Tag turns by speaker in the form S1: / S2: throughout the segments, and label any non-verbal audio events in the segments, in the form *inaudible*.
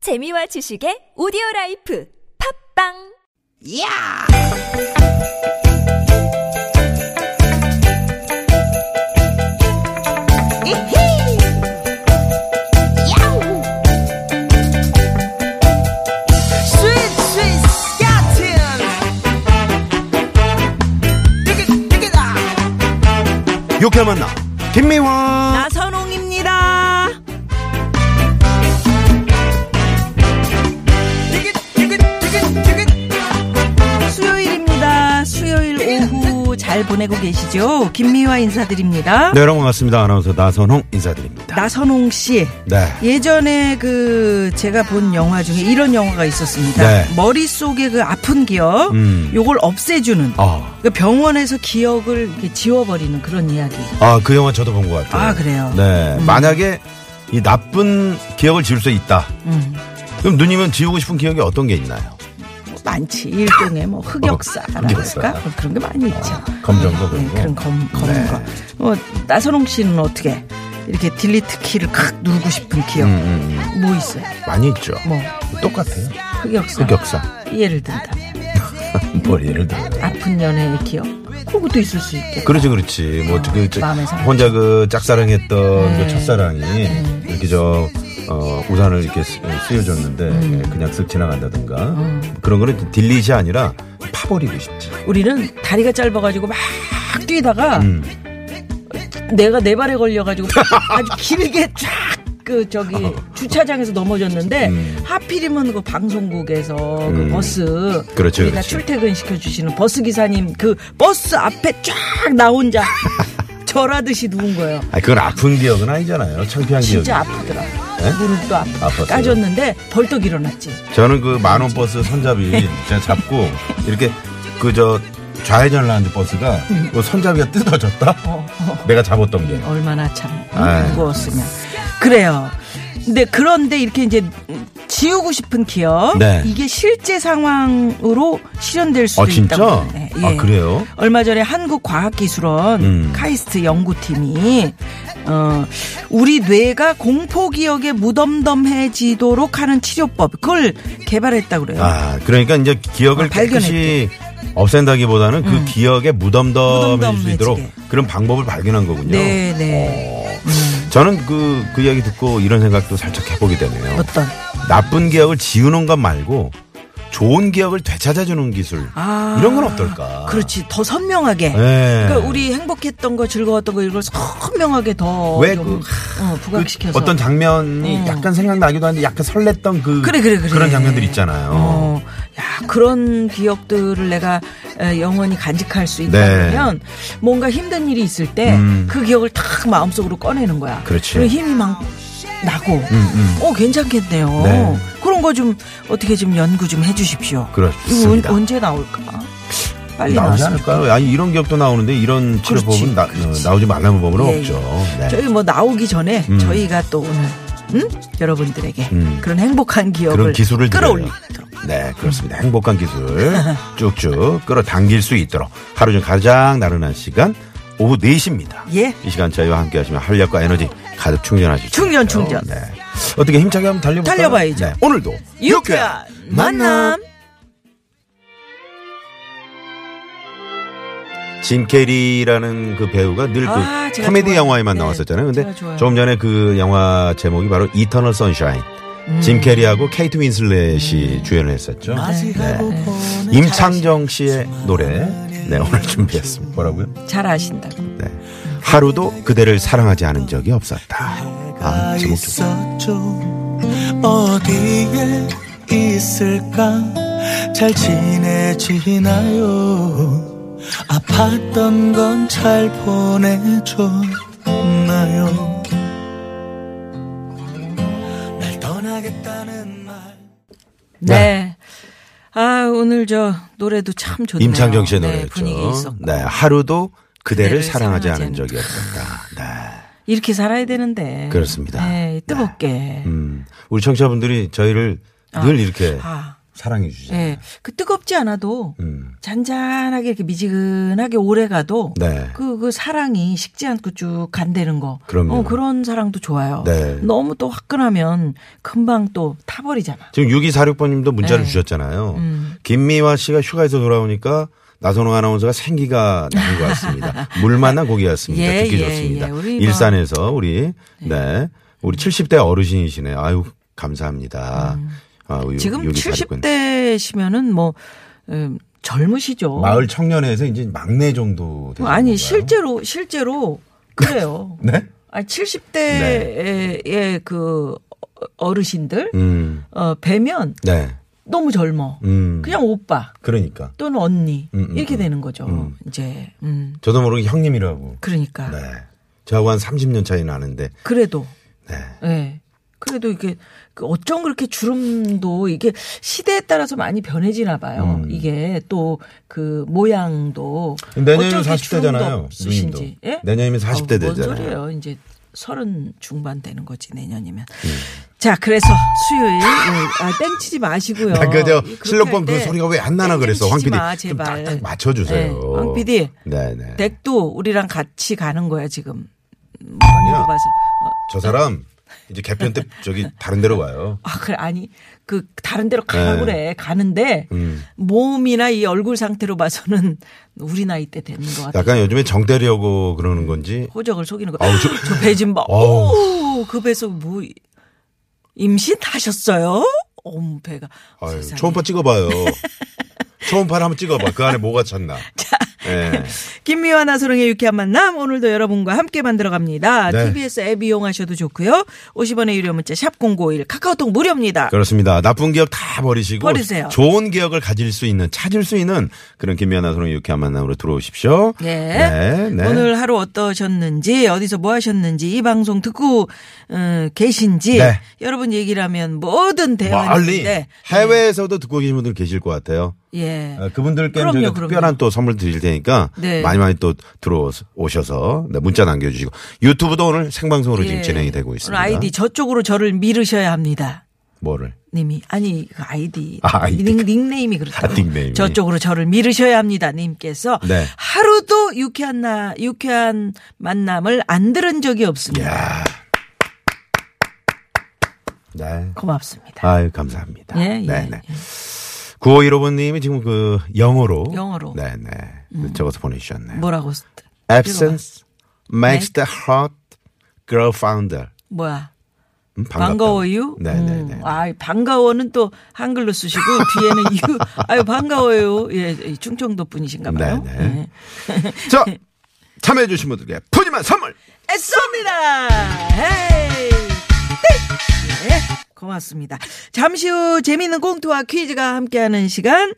S1: 재미와 지식의 오디오 라이프 팝빵
S2: Yeah!
S3: 유쾌한 만남 김미화
S2: 나선홍입니다.
S4: 수요일입니다. 수요일 오후 잘 보내고 계시죠? 김미화 인사드립니다.
S3: 네 여러분 반갑습니다 아나운서 나선홍 인사드립니다
S4: 나선홍 씨.
S3: 네
S4: 예전에 그 제가 본 영화 중에 이런 영화가 있었습니다.
S3: 네.
S4: 머릿속에 그 아픈 기억,
S3: 음.
S4: 요걸 없애주는.
S3: 아,
S4: 그 병원에서 기억을 이렇게 지워버리는 그런 이야기.
S3: 아, 그 영화 저도 본 것 같아요
S4: 아, 그래요?
S3: 네 만약에 이 나쁜 기억을 지울 수 있다
S4: 음,
S3: 그럼 누님은 지우고 싶은 기억이 어떤 게 있나요?
S4: 뭐 많지. 일종의 뭐 흑역사랄까?
S3: 흑역사.
S4: 뭐 그런 게 많이 있죠.
S3: 검정도
S4: 네,
S3: 어, 그렇고
S4: 그런 검, 검은 거. 어, 나선홍 씨는 어떻게 이렇게 딜리트 키를 칵 누르고 싶은 기억.
S3: 음, 음,
S4: 뭐 있어요?
S3: 많이 있죠
S4: 뭐
S3: 똑같아요
S4: 흑역사.
S3: 흑역사
S4: 예를 든다.
S3: 뭘 예를 들어
S4: 아픈 연애의 기억. 그것도 있을 수 있고.
S3: 그렇지 그렇지 뭐 그, 저,
S4: 마음의 상처.
S3: 혼자 그 짝사랑했던
S4: 네.
S3: 그 첫사랑이 이렇게 저 어, 우산을 이렇게 쓰- 쓰여줬는데
S4: 음.
S3: 예, 그냥 쓱 지나간다든가 그런 거는 딜릿이 아니라 파버리고 싶지
S4: 우리는 다리가 짧아가지고 막 뛰다가
S3: 음.
S4: 내가 내 발에 걸려가지고 *laughs* 아주 길게 쫙. 그 저기
S3: 어.
S4: 주차장에서 넘어졌는데
S3: 음.
S4: 하필이면 그 방송국에서 그 버스
S3: 그렇죠,
S4: 우리가
S3: 그렇죠.
S4: 출퇴근 시켜주시는 버스 기사님 그 버스 앞에 쫙 나 혼자
S3: *laughs*
S4: 절하듯이 누운 거예요.
S3: 아 그건 아픈 기억은 아니잖아요 창피한 기억
S4: 진짜 아프더라.
S3: 네?
S4: 무릎도 아프고
S3: 아팠어요?
S4: 까졌는데 벌떡 일어났지.
S3: 저는 그 만원 버스 손잡이 *laughs* 제가 잡고 이렇게 그 저 좌회전을 하는데 버스가
S4: 음.
S3: 그 손잡이가 뜯어졌다 내가 잡았던 게
S4: 얼마나 참
S3: 아유.
S4: 무거웠으면 그래요. 근데 그런데 이렇게 이제 지우고 싶은 기억
S3: 네.
S4: 이게 실제 상황으로 실현될 수도
S3: 아, 진짜?
S4: 있다고 네, 예. 하는데,
S3: 아, 그래요?
S4: 얼마 전에 한국과학기술원
S3: 음.
S4: 카이스트 연구팀이 어, 우리 뇌가 공포 기억에 무덤덤해지도록 하는 치료법 그걸 개발했다고 그래요.
S3: 아, 그러니까 이제 기억을
S4: 어,
S3: 깨끗이 없앤다기보다는 그 기억에 무덤덤해질 수
S4: 음. 무덤덤해지게.
S3: 있도록 그런 방법을 발견한 거군요.
S4: 네, 네.
S3: 어, 저는 그, 그 이야기 듣고 이런 생각도 살짝 해보게 되네요.
S4: 어떤
S3: 나쁜 기억을 지우는 것 말고 좋은 기억을 되찾아주는 기술.
S4: 아.
S3: 이런 건 어떨까?
S4: 그렇지 더 선명하게
S3: 예.
S4: 그러니까 우리 행복했던 거 즐거웠던 거 이걸 선명하게 더
S3: 왜
S4: 좀,
S3: 그-
S4: 어, 부각시켜서
S3: 어떤 장면이
S4: 음.
S3: 약간 생각나기도 하는데 약간 설렜던 그
S4: 그래 그래 그래
S3: 런 장면들 있잖아요.
S4: 어, 야 그런 기억들을 내가 에, 영원히 간직할 수
S3: 네.
S4: 있다면 뭔가 힘든 일이 있을 때 그
S3: 음.
S4: 기억을 탁 마음속으로 꺼내는 거야.
S3: 그렇지. 음,
S4: 그리고 힘이 막 나고 어 괜찮겠네요.
S3: 네.
S4: 그런 거 좀 어떻게 좀 연구 좀 해주십시오. 이거
S3: 그렇습니다.
S4: 언제 나올까? 빨리
S3: 나오지
S4: 나왔으면
S3: 않을까요? 아니 이런 기억도 나오는데 이런 치료법은 나,
S4: 그렇지.
S3: 오지 말라는 법은
S4: 예,
S3: 없죠. 네.
S4: 저희 뭐 나오기 전에 저희가 또 오늘 음? 여러분들에게
S3: 음.
S4: 그런 행복한 기억을
S3: 그런 기술을
S4: 끌어올리도록
S3: 드려요. 네, 그렇습니다. 행복한
S4: *laughs*
S3: 기술 쭉쭉 끌어당길 수 있도록 하루 중 가장 나른한 시간 오후 4시입니다.
S4: 예.
S3: 이 시간 저희와 함께 하시면 활력과 에너지 가득 충전하실 수 있어요.
S4: 충전, 충전.
S3: 네. 어떻게 힘차게 한번 달려볼까요?
S4: 달려봐야죠.
S3: 네, 오늘도
S4: 유쾌한 만남
S3: 짐 캐리라는 그 배우가 늘 그
S4: 아, 제가
S3: 코미디
S4: 좋아하는-
S3: 영화에만
S4: 네,
S3: 나왔었잖아요. 근데
S4: 제가 좋아하는-
S3: 조금 전에 그 영화 제목이 바로 이터널 선샤인.
S4: 음.
S3: 짐 캐리하고 케이트 윈슬렛이 주연을 했었죠. 네. 임창정 씨의 노래 네,
S4: 음.
S3: 오늘 준비했습니다. 뭐라고요?
S4: 잘 아신다고.
S3: 네. 하루도 그대를 사랑하지 않은 적이 없었다. 아, 제목 좋다.
S5: 있었죠. 어디에 있을까? 잘 지내지나요? 아팠던 건 잘 보내줬나요? 날 떠나겠다는 말.
S4: 네. 아 오늘 저 노래도 참 좋네요.
S3: 임창정 씨의
S4: 네,
S3: 노래였죠.
S4: 분위기 있었고.
S3: 네, 하루도 그대를
S4: 그대를
S3: 사랑하지 않은
S4: 사랑하지 않은
S3: 적이 없었다. 네.
S4: 이렇게 살아야 되는데.
S3: 그렇습니다. 네.
S4: 네, 뜨겁게.
S3: 음, 우리 청취자분들이 저희를 늘 이렇게
S4: 아
S3: 사랑해 주잖아요.
S4: 예. 그 뜨겁지 않아도
S3: 음.
S4: 잔잔하게 이렇게 미지근하게 오래 가도
S3: 네.
S4: 그, 그 사랑이 식지 않고 쭉 간대는 거.
S3: 그럼요.
S4: 어, 그런 사랑도 좋아요.
S3: 네.
S4: 너무 또 화끈하면 금방 또 타버리잖아.
S3: 지금 6246번님도 문자를
S4: 네. 음.
S3: 주셨잖아요. 김미화 씨가 휴가에서 돌아오니까 나선홍 아나운서가 생기가 나는 것
S4: *laughs*
S3: 같습니다. 물 만난 고기였습니다.
S4: 예,
S3: 듣기
S4: 예,
S3: 좋습니다.
S4: 예. 우리 뭐-
S3: 일산에서 우리 네 우리 70대 어르신이시네. 아유 감사합니다. 아, 우리
S4: 음. 지금
S3: 6246번.
S4: 70대시면은 뭐 음, 젊으시죠. 뭐,
S3: 마을 청년회에서 이제 막내 정도 되는
S4: 아니
S3: 건가요?
S4: 실제로 실제로
S3: *laughs*
S4: 그래요.
S3: 네.
S4: 아 70대의 그 어르신들
S3: 음.
S4: 어 뵈면
S3: 네.
S4: 너무 젊어.
S3: 음.
S4: 그냥 오빠
S3: 그러니까
S4: 또는 언니
S3: 음, 음,
S4: 이렇게
S3: 음.
S4: 되는 거죠.
S3: 음.
S4: 이제 음
S3: 저도 모르게 형님이라고.
S4: 그러니까
S3: 네. 저하고 한 30년 차이 나는데.
S4: 그래도
S3: 네.
S4: 예. 그래도 이게 그 어쩜 그렇게 주름도 이게 시대에 따라서 많이 변해지나 봐요.
S3: 음.
S4: 이게 또 그 모양도
S3: 내년이면
S4: 어쩜 이렇게
S3: 40대잖아요.
S4: 주름도 없으신지. 예? 어,
S3: 누님도. 내년이면 40대
S4: 뭔
S3: 되잖아요.
S4: 소리예요. 이제 서른 중반 되는 거지 내년이면.
S3: 음.
S4: 자 그래서 수요일 예, 아, 땡치지 마시고요.
S3: 아, 그저
S4: 그렇게
S3: 실력방
S4: 할
S3: 그
S4: 때 네,
S3: 소리가 왜 안 나나 그랬어 황
S4: 땡치지
S3: PD
S4: 마,
S3: 좀
S4: 제발.
S3: 딱딱 맞춰주세요.
S4: 네, 황 PD.
S3: 네네.
S4: 댁도 우리랑 같이 가는 거야 지금.
S3: 아니야.
S4: 물어봐서. 어,
S3: 저 사람 이제 개편
S4: *laughs*
S3: 때 저기 다른 데로 가요.
S4: 아, 그래, 아니, 그, 다른 데로 가라고
S3: 네. 음.
S4: 그래. 가는데, 몸이나 이 얼굴 상태로 봐서는 우리 나이 때 되는 것 같아.
S3: 약간 요즘에 정 때리려고 그러는 건지.
S4: 호적을 속이는 거.
S3: 아우, 저-
S4: 저 배 좀 봐.
S3: 어우.
S4: 오, 그 배에서 뭐, 임신하셨어요? 어머, 배가.
S3: 아유,
S4: 세상에.
S3: 초음파
S4: *laughs*
S3: 찍어봐요. 초음파를 한번 찍어봐. 그 안에 뭐가 찼나. 예.
S4: 김미화 나소롱의 유쾌한 만남 오늘도 여러분과 함께 만들어갑니다.
S3: 네.
S4: TBS 앱 이용하셔도 좋고요. 50원의 유료 문자 샵 #051 카카오톡 무료입니다.
S3: 그렇습니다. 나쁜 기억 다 버리시고
S4: 버리세요.
S3: 좋은 기억을 가질 수 있는 찾을 수 있는 그런 김연아 선생 유쾌한 만남으로 들어오십시오.
S4: 예.
S3: 네, 네.
S4: 오늘 하루 어떠셨는지 어디서 뭐 하셨는지 이 방송 듣고 음, 계신지
S3: 네.
S4: 여러분 얘기라면 뭐든
S3: 멀리
S4: 대화인데
S3: 해외에서도 듣고 계신 분들 계실 것 같아요.
S4: 예.
S3: 어, 그분들께
S4: 그럼요,
S3: 저희가
S4: 그럼요.
S3: 특별한 또 선물 드릴 테니까
S4: 네.
S3: 많이 많이 또 들어오셔서 네, 문자 남겨주시고 유튜브도 오늘 생방송으로
S4: 예.
S3: 지금 진행이 되고 있습니다.
S4: 오늘 아이디 저쪽으로 저를 미르셔야 합니다.
S3: 뭐를?
S4: 님이 아니 그 아이디,
S3: 아, 아이디.
S4: 닉, 닉네임이 그렇다고
S3: 아, 닉네임이.
S4: 저쪽으로 저를 미르셔야 합니다 님께서
S3: 네.
S4: 하루도 유쾌한 나 유쾌한 만남을 안 들은 적이 없습니다
S3: 야. 네.
S4: 고맙습니다
S3: 아유 감사합니다.
S4: 예, 예,
S3: 네네. 9515번님이 지금 그 영어로
S4: 영어로. 음.
S3: 네네 적어서 보내주셨네요.
S4: 뭐라고 네.
S3: Absence makes the heart grow fonder.
S4: 뭐야
S3: 음,
S4: 반가워요.
S3: 네네네.
S4: 음. 아, 반가워는 또 한글로 쓰시고
S3: *laughs*
S4: 뒤에는 유. 아유 반가워요. 예, 이 충청도 분이신가 봐요.
S3: 네네.
S4: *laughs*
S3: 자 참여해주신 분들께 푸짐한 선물.
S4: 애쏩니다. 헤이. 땡! 예, 고맙습니다. 잠시 후 재미있는 꽁트와 퀴즈가 함께하는 시간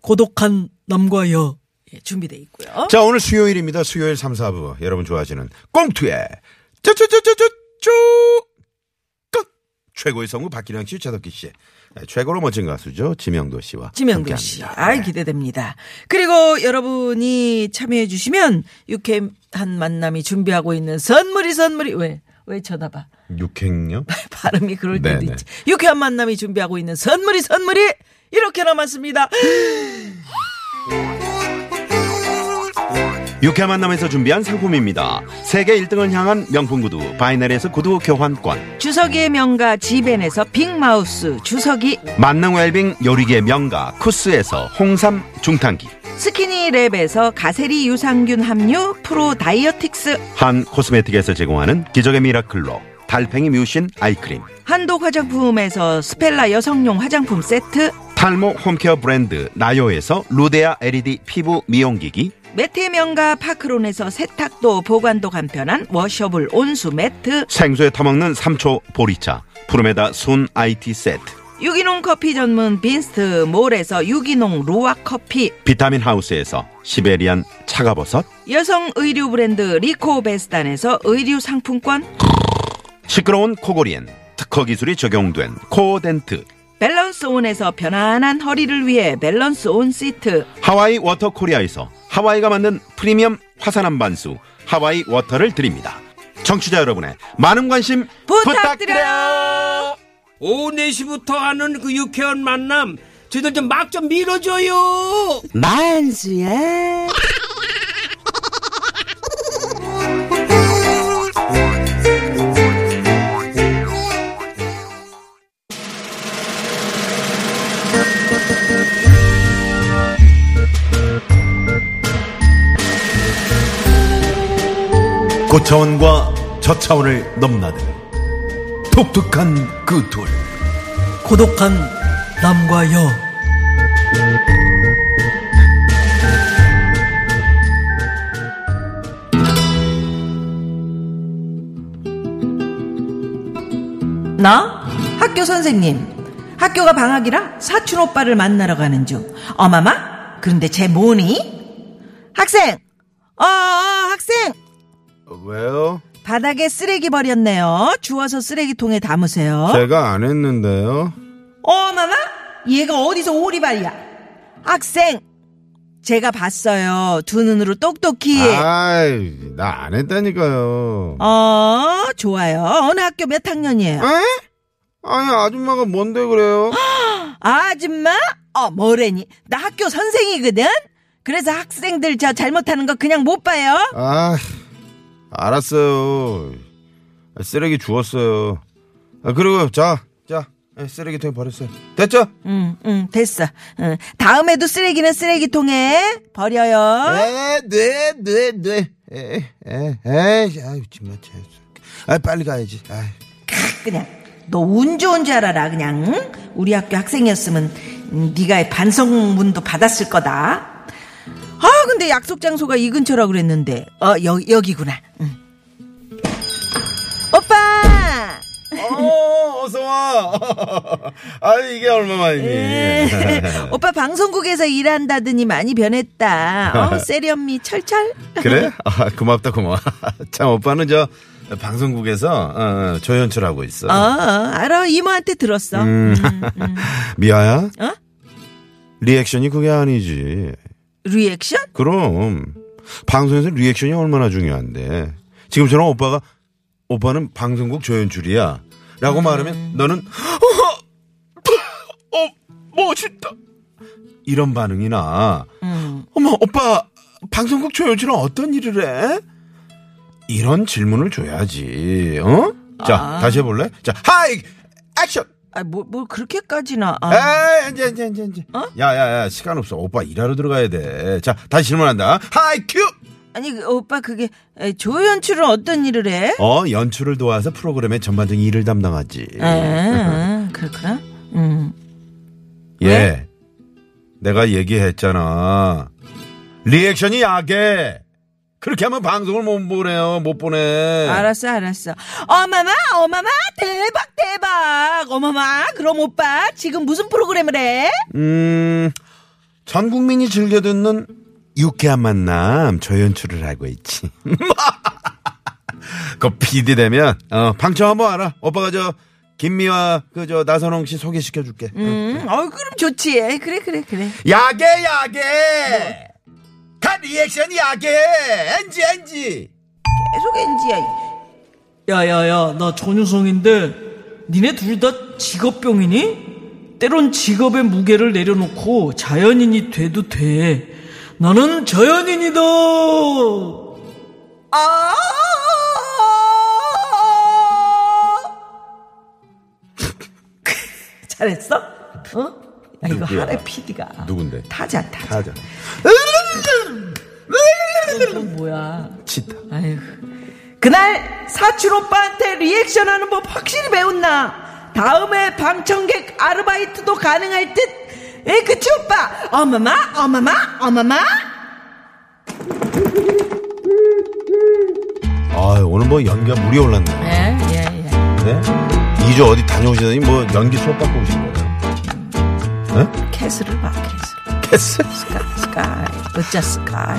S4: 고독한 남과 여 예, 준비돼 있고요.
S3: 자 오늘 수요일입니다. 수요일 3, 4부 여러분 좋아하시는 꽁투의 쪼쪼쪼쪼쪼 끝 최고의 성우 박기량 씨, 최덕기 씨, 네, 최고로 멋진 가수죠 지명도 씨와
S4: 지명도
S3: 함께합니다. 네.
S4: 씨. 아, 기대됩니다. 그리고 여러분이 참여해 주시면 유쾌한 만남이 준비하고 있는 선물이 선물이 왜? 왜 쳐다봐?
S3: 육행요?
S4: *laughs* 발음이 그럴 때도
S3: 네네.
S4: 있지. 유쾌한 만남이 준비하고 있는 선물이 선물이 이렇게 남았습니다.
S3: 육회 만남에서 준비한 상품입니다. 세계 1등을 향한 명품 구두 바이넬에서 구두 교환권,
S4: 주석이의 명가 지벤에서 빅마우스 주석이
S3: 만능 웰빙 요리계 명가 쿠스에서 홍삼 중탕기,
S4: 스키니랩에서 가세리 유산균 함유 프로 다이어틱스
S3: 한 코스메틱에서 제공하는 기적의 미라클로 달팽이 뮤신 아이크림,
S4: 한독 화장품에서 스펠라 여성용 화장품 세트
S3: 탈모 홈케어 브랜드 나요에서 루데아 LED 피부 미용기기,
S4: 매트의 명가 파크론에서 세탁도 보관도 간편한 워셔블 온수 매트
S3: 생수에 타먹는 삼초 보리차, 푸르메다 순 IT 세트,
S4: 유기농 커피 전문 빈스트 몰에서 유기농 루아 커피
S3: 비타민 하우스에서 시베리안 차가버섯,
S4: 여성 의류 브랜드 리코베스단에서 의류 상품권,
S3: 시끄러운 코골이엔 특허 기술이 적용된 코어덴트,
S4: 밸런스 온에서 편안한 허리를 위해 밸런스 온 시트,
S3: 하와이 워터 코리아에서 하와이가 만든 프리미엄 화산 한반수 하와이 워터를 드립니다. 청취자 여러분의 많은 관심
S4: 부탁드려요.
S3: 부탁드려요.
S6: 오후 4시부터 하는 그 유쾌한 만남
S7: 저희들 좀 막 좀 밀어줘요.
S4: 만수야.
S3: 고차원과 저차원을 넘나드는 독특한 그 둘.
S8: 고독한
S4: 음,
S8: 남과 여. 나 학교 선생님. 학교가 방학이라 사촌 오빠를 만나러 가는 중. 어마마? 그런데 쟤 뭐니? 학생. 어, 어 학생.
S3: 왜요?
S8: 바닥에 쓰레기 버렸네요. 주워서 쓰레기통에 담으세요.
S3: 제가 안 했는데요.
S8: 어마마? 얘가 어디서 오리발이야? 학생! 제가 봤어요. 두 눈으로
S3: 예.
S8: 똑똑히.
S3: 아이, 나 안 했다니까요.
S8: 어, 좋아요. 어느 학교 몇 학년이에요?
S3: 에? 아니, 아줌마가 뭔데 그래요?
S8: 아줌마? 어, 뭐래니? 나 학교 선생이거든? 그래서 학생들 저 잘못하는 거 그냥 못 봐요.
S3: 아, 알았어요. 아, 쓰레기 주웠어요. 아, 그리고 자, 자, 예, 쓰레기통에 버렸어요. 됐죠?
S8: 응, 응, 됐어. 응. 다음에도 쓰레기는 쓰레기통에 버려요.
S3: 에, 네, 네, 네. 에, 에, 에이, 아유, 정말 재수. 아, 빨리 가야지. 아,
S8: 그냥 너 운 좋은 줄 알아라 그냥 응? 우리 학교 학생이었으면 음, 네가 반성문도 받았을 거다 아 근데 약속 장소가 이 근처라 그랬는데 어 여, 여기구나 응. 오빠
S3: 어, 어서 와. *laughs* 아, 이게
S8: 예.
S3: 얼마만이니?
S8: *laughs* 오빠 방송국에서 일한다더니 많이 변했다 어 세련미 철철
S3: *laughs* 그래? 아, 고맙다, 고마워. *laughs* 참, 오빠는 저 방송국에서 어, 어, 조연출 하고 있어.
S8: 어, 어 알아 이모한테 들었어
S3: 미아야?
S8: 어?
S3: 리액션이 그게 아니지.
S8: 리액션
S3: 그럼 방송에서 리액션이 얼마나 중요한데 지금처럼 오빠가 오빠는 방송국 조연출이야 라고 말하면 너는 *laughs* 어, 멋있다 이런 반응이나 어머 오빠 방송국 조연출은 어떤 일을 해? 이런 질문을 줘야지 어? 자 다시 해볼래? 자 하이 액션
S8: 아뭘 뭐, 뭘 그렇게까지나 아.
S3: 에이, 이제, 이제, 이제, 이제. 야, 야, 야, 시간 없어. 오빠 일하러 들어가야 돼. 자, 다시 질문한다. 하이 큐!
S8: 아니 그 오빠 그게 에, 조연출은 어떤 일을 해?
S3: 어, 연출을 도와서 프로그램의 전반적인 일을 담당하지.
S8: 아, 그렇구나. 음.
S3: *laughs* 예. 내가 얘기했잖아. 리액션이 약해. 그렇게 하면 방송을 못 보내요. 못 보내.
S8: 알았어, 알았어. 어마마, 어마마, 대박, 대박. 어마마, 그럼 오빠 지금 무슨 프로그램을 해?
S3: 음, 전 국민이 즐겨 듣는 유쾌한 만남 저연출을 하고 있지. *laughs* 그 PD 되면 어, 방청 한번 알아. 오빠가 저 김미화 그 저 나선홍 씨 소개시켜 줄게.
S8: 음, 어, 그럼 좋지. 에이, 그래, 그래, 그래.
S3: 야게 야게. 다 리액션 야게. 엔지 엔지.
S8: 계속 엔지야.
S4: 야야야 나 전유성인데 니네 둘 다 직업병이니? 때론 직업의 무게를 내려놓고 자연인이 돼도 돼 나는 자연인이다 *laughs*
S8: 아! 잘했어? 어? 야, 이거
S3: 누구야?
S8: 하래 PD가.
S3: 누군데?
S8: 타자, 타자.
S3: 가자.
S4: 이건 뭐야
S3: 치타.
S4: 아휴
S8: 그날 사촌 오빠한테 리액션하는 법 확실히 배운 나. 다음에 방청객 아르바이트도 가능할 듯. 에 그치 오빠. 어마마 어마마 어마마.
S3: 아, 오늘 뭐 연기가 물이 올랐네.
S4: 예예예
S3: 네? 2주 어디 다녀오시더니 뭐 연기 수업 받고 오신 거예요.
S8: 캐슬을 봐 캐슬.
S3: 캐슬.
S8: 스카이 스카이. 어짜 스카이.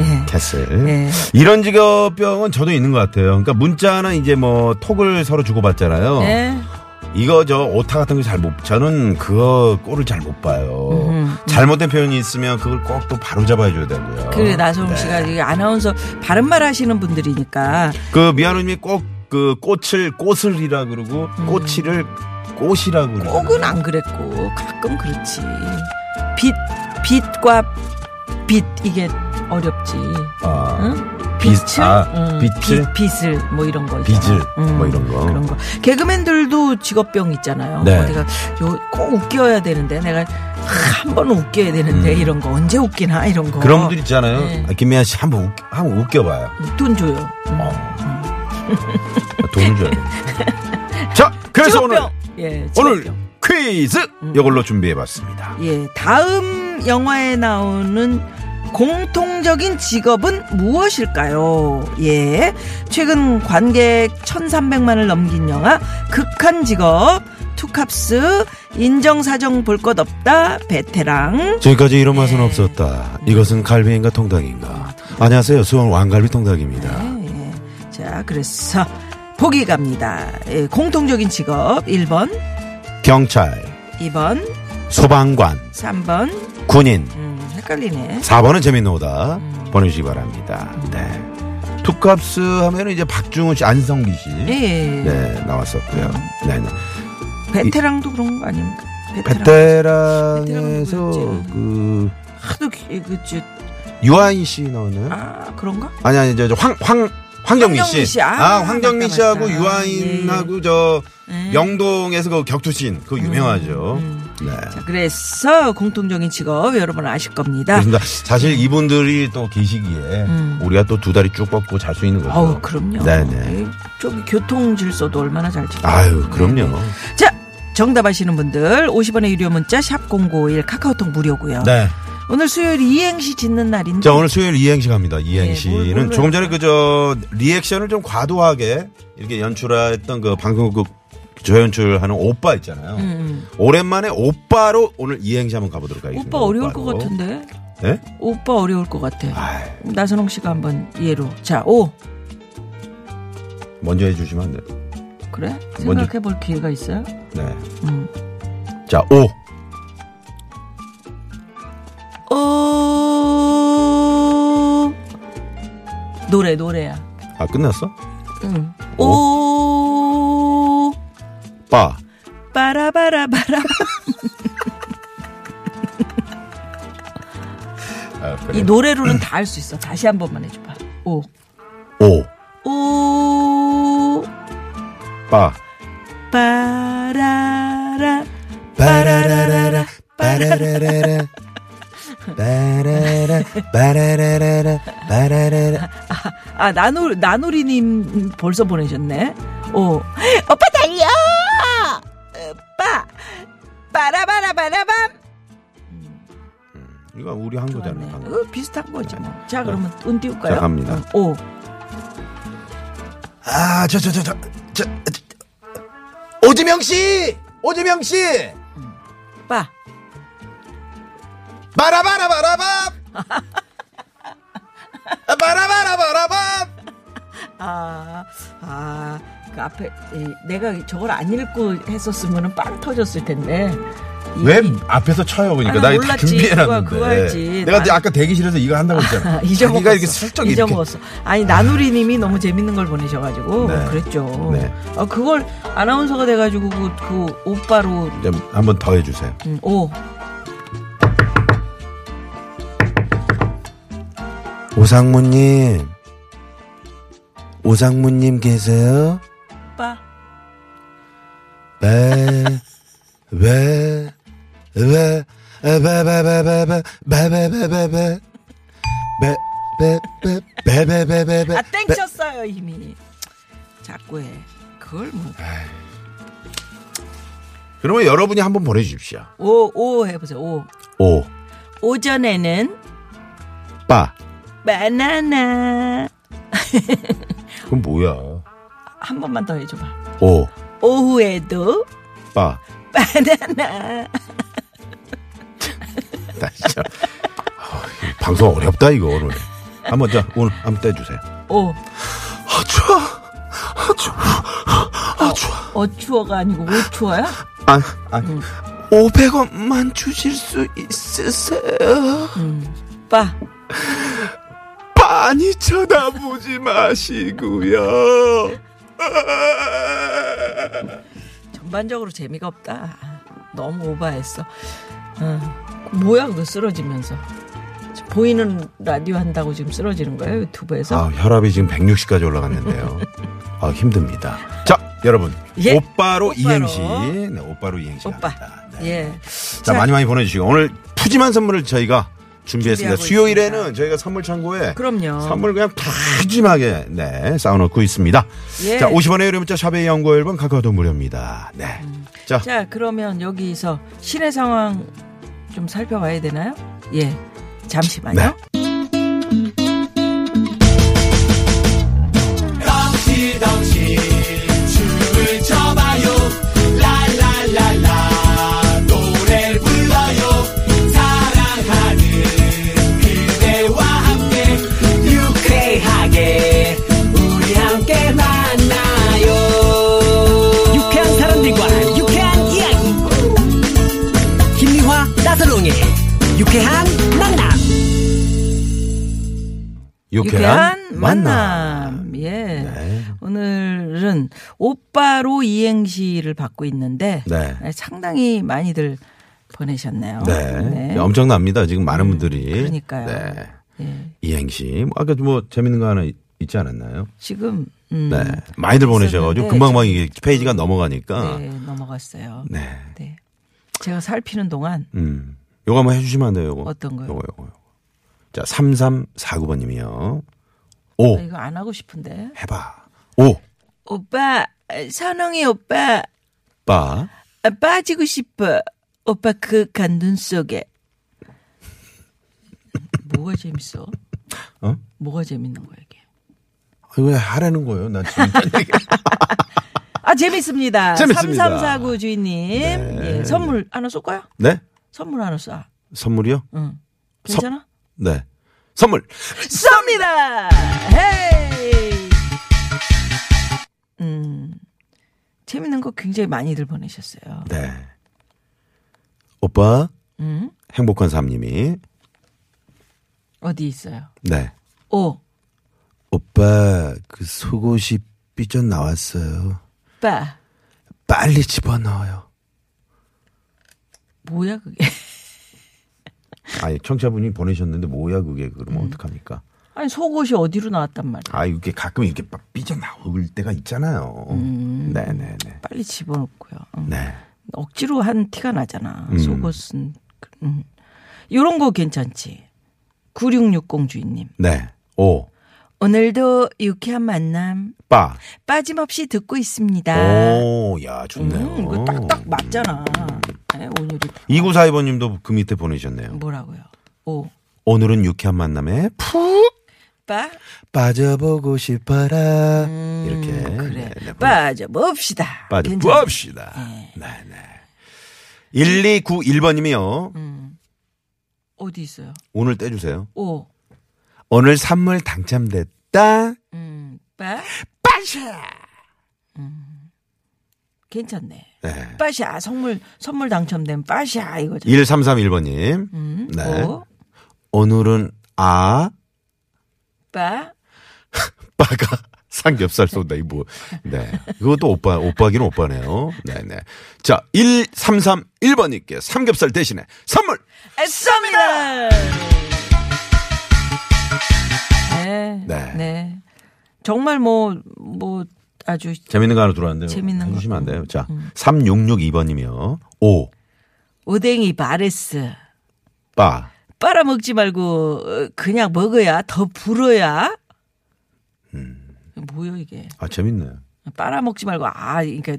S8: 예.
S3: 캐슬.
S8: 예.
S3: 이런 직업병은 저도 있는 것 같아요. 그러니까 문자나 이제 뭐 톡을 서로 주고받잖아요.
S8: 예.
S3: 이거 저 오타 같은 거 잘 못, 저는 그거 꼴을 잘 못 봐요. 잘못된 표현이 있으면 그걸 꼭 또 바로 잡아줘야 되고요.
S8: 그래 나소홍 씨가 이 아나운서 바른 말 하시는 분들이니까
S3: 그 미아노님이 꼭 그 꽃을 꽃을이라 그러고 꼬치를 꽃이라고 그러잖아요.
S4: 꼭은 안 그랬고 가끔 그렇지. 빛 빛과 빛 이게 어렵지.
S3: 아,
S4: 응?
S3: 빛,
S4: 빛을,
S3: 아,
S4: 응,
S3: 빛을?
S4: 빛, 빛을 뭐 이런 거 있잖아.
S3: 빚을
S4: 음,
S3: 뭐 이런 거.
S4: 그런 거. 개그맨들도 직업병 있잖아요.
S3: 네.
S4: 내가 요 꼭 웃겨야 되는데 내가 한 번 웃겨야 되는데 이런 거 언제 웃기나 이런 거.
S3: 음. 그런 분들 있잖아요.
S4: 네.
S3: 아, 김미아 씨 한번 웃, 한번 웃겨봐요.
S4: 돈 줘요. *laughs*
S3: 어. 돈을 줘요. 자, 그래서 오늘
S4: 직업병. 예, 직업병. 음.
S3: 오늘 퀴즈 이걸로 준비해봤습니다.
S4: 예, 다음 영화에 나오는 공통적인 직업은 무엇일까요? 예. 최근 관객 1,300만을 넘긴 영화 극한 직업 투캅스 인정사정 볼 것 없다 베테랑
S3: 지금까지 이런 맛은 없었다. 이것은 갈비인가 통닭인가. 안녕하세요. 수원 왕갈비 통닭입니다.
S4: 예. 자, 그래서 보기 갑니다. 예, 공통적인 직업 1번,
S3: 경찰,
S4: 2번,
S3: 소방관,
S4: 3번.
S3: 군인.
S4: 음, 헷갈리네.
S3: 4번은 재밌는 오다 보내주시기 바랍니다. 네. 투캅스 하면은 이제 박중훈 씨, 안성기 씨.
S4: 예, 아, 예. 예.
S3: 네, 나왔었고요. 네, 네.
S4: 베테랑도 그런 거 아닙니까? 베테랑.
S3: 베테랑에서
S4: 베테랑도
S3: 그
S4: 하도 기- 그치
S3: 유아인 씨 나오는
S4: 아 그런가?
S3: 아니 아니 저 황 황 황경민
S4: 황경민
S3: 씨.
S4: 씨. 아,
S3: 아, 황경민
S4: 맞다,
S3: 씨하고
S4: 맞다.
S3: 유아인하고 저
S4: 예. 음,
S3: 영동에서 그 격투신 그거 유명하죠. 네.
S4: 자, 그래서 공통적인 직업 여러분 아실 겁니다.
S3: 그렇습니다. 사실 이분들이 또 계시기에 우리가 또 두 다리 쭉 뻗고 잘 수 있는 거죠.
S4: 음. 아우 그럼요.
S3: 네네.
S4: 에이, 저기 교통 질서도 얼마나 잘 지켜.
S3: 아유 그럼요.
S4: 자 정답 아시는 분들 50원의 유료 문자 샵 #051 카카오톡 무료고요.
S3: 네.
S4: 오늘 수요일 이행시 짓는 날인데.
S3: 자 오늘 수요일 이행시 갑니다. 이행시는
S4: 네, 뭘, 뭘
S3: 조금 전에 그저 리액션을 좀 과도하게 이렇게 연출했던 그 방송국 저연출하는 오빠
S4: 음,
S3: 있잖아요. 오랜만에 오빠로 오늘 이행시 한번 가보도록 하겠습니다.
S4: 오빠 어려울
S3: 오빠로.
S4: 것 같은데.
S3: 예?
S4: 오빠 어려울 것 같아.
S3: 아이,
S4: 나선홍 씨가 한번 예로. 자, 오
S3: 먼저 해주시면 안 돼요.
S4: 그래?
S3: 먼저.
S4: 생각해 볼 기회가 있어요?
S3: 네.
S4: 음.
S3: 자, 오.
S4: 오 노래 노래야.
S3: 아, 끝났어?
S4: 오
S3: 빠.
S4: 빠라바라바라
S3: 아,
S4: 이
S3: 그래.
S4: 노래로는 다 할 수 있어 다시 한 번만 해줘봐
S3: 오.
S4: 오오
S3: 빠.
S4: 빠라라
S3: 빠라라라라. *laughs* 빠라라라라. 빠라라. 빠라라라라. 빠라라라.
S4: 아 나놀 나놀이님 벌써 보내셨네 오 오빠 달려 오빠 빠라바라바라밤
S3: 이거 우리 한
S4: 좋았네.
S3: 거잖아요.
S4: 이거 비슷한 거지 뭐자 그러면 운 띄울까요
S3: 자, 네. 갑니다.
S4: 오
S3: 아, 저, 저, 저, 저, 저, 저. 오지명 씨! 오지명 씨!
S4: 빠.
S3: 바라바라바라밤!
S4: *laughs*
S3: 아, 바라바라바라밤!
S4: 아, 아, 그 앞에 이, 내가 저걸 안 읽고 했었으면은 빵 터졌을 텐데. 이-
S3: 왜 앞에서 쳐요? 그러니까
S4: 아,
S3: 나
S4: 나
S3: 이거 다
S4: 몰랐지.
S3: 준비해놨는데.
S4: 그거, 그거 알지.
S3: 내가
S4: 난-
S3: 아까 대기실에서 이거 한다고 했잖아.
S4: 아, *laughs* 잊어먹었어.
S3: 자기가 이렇게 슬쩍 이렇게.
S4: 잊어먹었어. 아니 나누리님이 너무 재밌는 걸 보내셔가지고
S3: 네.
S4: 그랬죠.
S3: 네.
S4: 아, 그걸 아나운서가 돼가지고 그, 그 오빠로
S3: 이제 네, 한번 더 해주세요.
S4: 음, 오
S3: 오상무님. 오상무님 계세요?
S4: 오빠
S3: 왜, 왜, 왜, 바바바바바, 바바바바바, 바, 바, 바, 바바바바바.
S4: 아
S3: 네.
S4: 땡쳤어요 이미. 자꾸 해. 그걸 뭐.
S3: 그러면 여러분이 한번 보내주십시오.
S4: 오 오 해보세요. 오
S3: 오,
S4: 오전에는
S3: 빠.
S4: 바나나
S3: 그럼 뭐야?
S4: 한 번만 더 해줘봐.
S3: 오,
S4: 오후에도
S3: 빠.
S4: 바나나.
S3: 나 *laughs* 진짜. 아, 이 방송 어렵다, 이거, 오늘. 한번, 자, 오늘 한번 떼주세요.
S4: 오,
S3: 아, 추워. 아, 추워. 아, 추워.
S4: 어추어가 아니고 오추어야?
S3: 아, 아. 500원만 주실 수 있으세요?
S4: 빠,
S3: 많이 쳐다보지 마시고요.
S4: 전반적으로 재미가 없다. 너무 오바했어. 어, 뭐야 그거 쓰러지면서. 지금 보이는 라디오 한다고 지금 쓰러지는 거예요 유튜브에서?
S3: 아, 혈압이 지금 160까지 올라갔는데요. 아, 힘듭니다. 자, 여러분.
S4: 예.
S3: 오빠로,
S4: 오빠로.
S3: 이행시. 네, 오빠로 이행시.
S4: 오빠.
S3: 갑니다. 네.
S4: 예.
S3: 자, 많이 많이 보내주시고. 오늘 푸짐한 선물을 저희가 준비했습니다.
S4: 준비하고
S3: 수요일에는
S4: 있습니다.
S3: 저희가 선물 창고에.
S4: 그럼요.
S3: 선물 그냥 푸짐하게, 네, 쌓아놓고 있습니다.
S4: 예.
S3: 자, 50원의 유료 문자 샵의 연구 앨범 카카오도 무료입니다. 네. 자,
S4: 음. 자, 그러면 여기서 시내 상황 좀 살펴봐야 되나요? 예. 잠시만요.
S3: 네.
S6: 유쾌한 사람들과 유쾌한 이야기 김미화 나서롱의 유쾌한 만남
S3: 유쾌한 만남.
S4: 예.
S3: 네.
S4: 오늘은 오빠로 이행시를 받고 있는데
S3: 네.
S4: 네, 상당히 많이들 보내셨네요.
S3: 네.
S4: 네. 음,
S3: 엄청납니다. 지금 많은 분들이.
S4: 그러니까요.
S3: 네.
S4: 예.
S3: 이행시. 뭐 아까 뭐 재밌는 거 하나 있- 있지 않았나요?
S4: 지금 음,
S3: 네. 많이들 보내셔가지고
S4: 있었는데 음,
S3: 금방방 이게 페이지가 넘어가니까.
S4: 네, 넘어갔어요.
S3: 네.
S4: 네. 제가 살피는 동안
S3: 음. 요거 한번 해주시면 안 돼요, 요거.
S4: 어떤 거요?
S3: 요거, 요거, 요거. 자, 3349번님이요. 오,
S4: 아, 이거 안 하고 싶은데
S3: 해봐. 오,
S4: 오빠 선홍이 오빠
S3: 빠.
S4: 아, 빠지고 싶어. 오빠 그 간눈 속에. 뭐가 재밌어?
S3: 어?
S4: 뭐가 재밌는 거야 이게?
S3: 아, 왜 하라는 거예요? 나 지금.
S4: *laughs* 아 재밌습니다.
S3: 재밌습니다.
S4: 3349 주인님 예, 선물 하나 쏠까요?
S3: 네?
S4: 선물 하나 쏴.
S3: 선물이요?
S4: 응. 괜찮아?
S3: 네. 선물!
S4: 쏩니다. 헤이. 음 재밌는 거 굉장히 많이들 보내셨어요.
S3: 네. 오빠,
S4: 음
S3: 행복한 삶님이.
S4: 어디 있어요?
S3: 네.
S4: 오
S3: 오빠, 그 속옷이 삐져나왔어요.
S4: 오빠
S3: 빨리 집어넣어요.
S4: 뭐야 그게? *laughs*
S3: 아니, 청취자분이 보내셨는데 뭐야, 그게. 그러면 어떡합니까?
S4: 아니 속옷이 어디로 나왔단 말이야?
S3: 아, 이게 가끔 이렇게 막 삐져나올 때가 있잖아요. 네네네.
S4: 빨리 집어넣고요. 응.
S3: 음. 네.
S4: 억지로 한 티가 나잖아. 속옷은. 음. 요런 거 괜찮지. 9660 주인님.
S3: 네. 오,
S4: 오늘도 유쾌한 만남
S3: 빠.
S4: 빠짐없이 듣고
S3: 아.
S4: 있습니다.
S3: 오, 야, 좋네요.
S4: 음, 이거 딱딱 맞잖아. 네, 오늘이
S3: 2942번 님도 그 밑에 보내셨네요.
S4: 뭐라고요? 오.
S3: 오늘은 유쾌한 만남에 푹
S4: 빠?
S3: 빠져보고 싶어라. 이렇게.
S4: 그래.
S3: 네, 네,
S4: 뭐- 빠져봅시다.
S3: 빠져
S4: 괜찮아.
S3: 봅시다. 네네. 1291번님이요.
S4: 어디 있어요?
S3: 오늘 떼주세요.
S4: 오.
S3: 오늘 선물 당첨됐다.
S4: 음, 빠? 음,
S3: 빠샤!
S4: 괜찮네.
S3: 네.
S4: 빠샤. 선물, 선물 당첨된 빠샤. 이거잖아.
S3: 1331번님.
S4: 음,
S3: 네.
S4: 오.
S3: 오늘은 아,
S4: 빠?
S3: 빠가 *laughs* 삼겹살 쏜다. 이 뭐. 네. 그것도 오빠, 오빠긴 오빠네요. 네네. 자, 1331번님께 삼겹살 대신에 선물!
S4: 쏩니다. 네,
S3: 네.
S4: 네. 정말 뭐, 뭐, 아주,
S3: 재밌는 거 하나 들어왔는데요.
S4: 재밌는 거. 음.
S3: 해주시면 안 돼요. 자, 3662번님이요. 오,
S4: 오뎅이 바레스.
S3: 빠.
S4: 빨아먹지 말고, 어, 그냥 먹어야, 더 불어야.
S3: 음.
S4: 뭐요, 이게.
S3: 아, 재밌네요.
S4: 빨아먹지 말고, 아, 그러니까,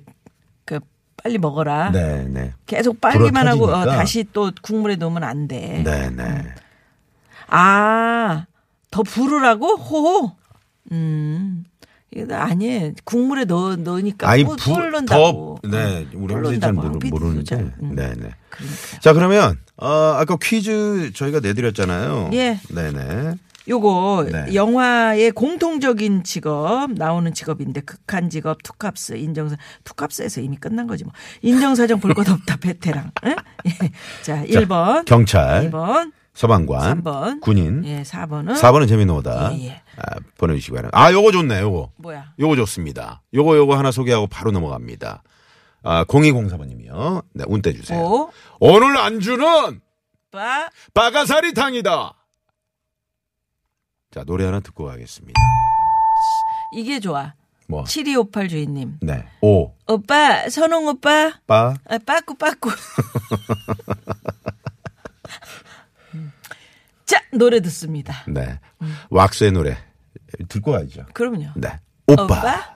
S4: 그, 빨리 먹어라.
S3: 네네.
S4: 계속 빨기만 하고, 어,
S3: 터지니까.
S4: 다시 또 국물에 넣으면 안 돼.
S3: 네네.
S4: 아, 더 부르라고? 호호? 음. 이거 아니에요. 국물에 넣, 넣으니까 뭐
S3: 아이
S4: 부-
S3: 부,
S4: 끓는다고. 음,
S3: 더, 네, 우리 형제들 잘
S4: 끓는다고.
S3: 모르,
S4: 황피디도
S3: 모르는데.
S4: 잘, 음.
S3: 네네.
S4: 그러니까요.
S3: 자, 그러면, 어, 아까 퀴즈 저희가 내드렸잖아요.
S4: 예.
S3: 네네.
S4: 요거
S3: 네.
S4: 영화의 공통적인 직업 나오는 직업인데 극한 직업 투캅스 인정사 투캅스에서 이미 끝난 거지 뭐 인정사정 볼 것 없다 *laughs* 베테랑 응? 예.
S3: 자,
S4: 자 1번
S3: 경찰.
S4: 네, 2번
S3: 소방관.
S4: 3번
S3: 군인.
S4: 예 4번은
S3: 음? 4번은 재미노다.
S4: 예, 예.
S3: 아, 보내주시기 바랍니다. 아, 요거 좋네, 요거.
S4: 뭐야
S3: 요거 좋습니다. 요거, 요거 하나 소개하고 바로 넘어갑니다. 아, 0204번님이요. 네, 운대 주세요.
S4: 오.
S3: 오늘 안주는
S4: 빠.
S3: 빠가사리탕이다. 자, 노래 하나 듣고 가겠습니다.
S4: 이게 좋아.
S3: 뭐?
S4: 7258 주인님.
S3: 네. 오,
S4: 오빠, 선홍 오빠.
S3: 빠,
S4: 아, 빠꾸,
S3: *laughs*
S4: 빠꾸. 음. 자, 노래 듣습니다.
S3: 네. 왁스의 노래. 듣고 가야죠.
S4: 그럼요.
S3: 네. 오빠.
S4: 오빠?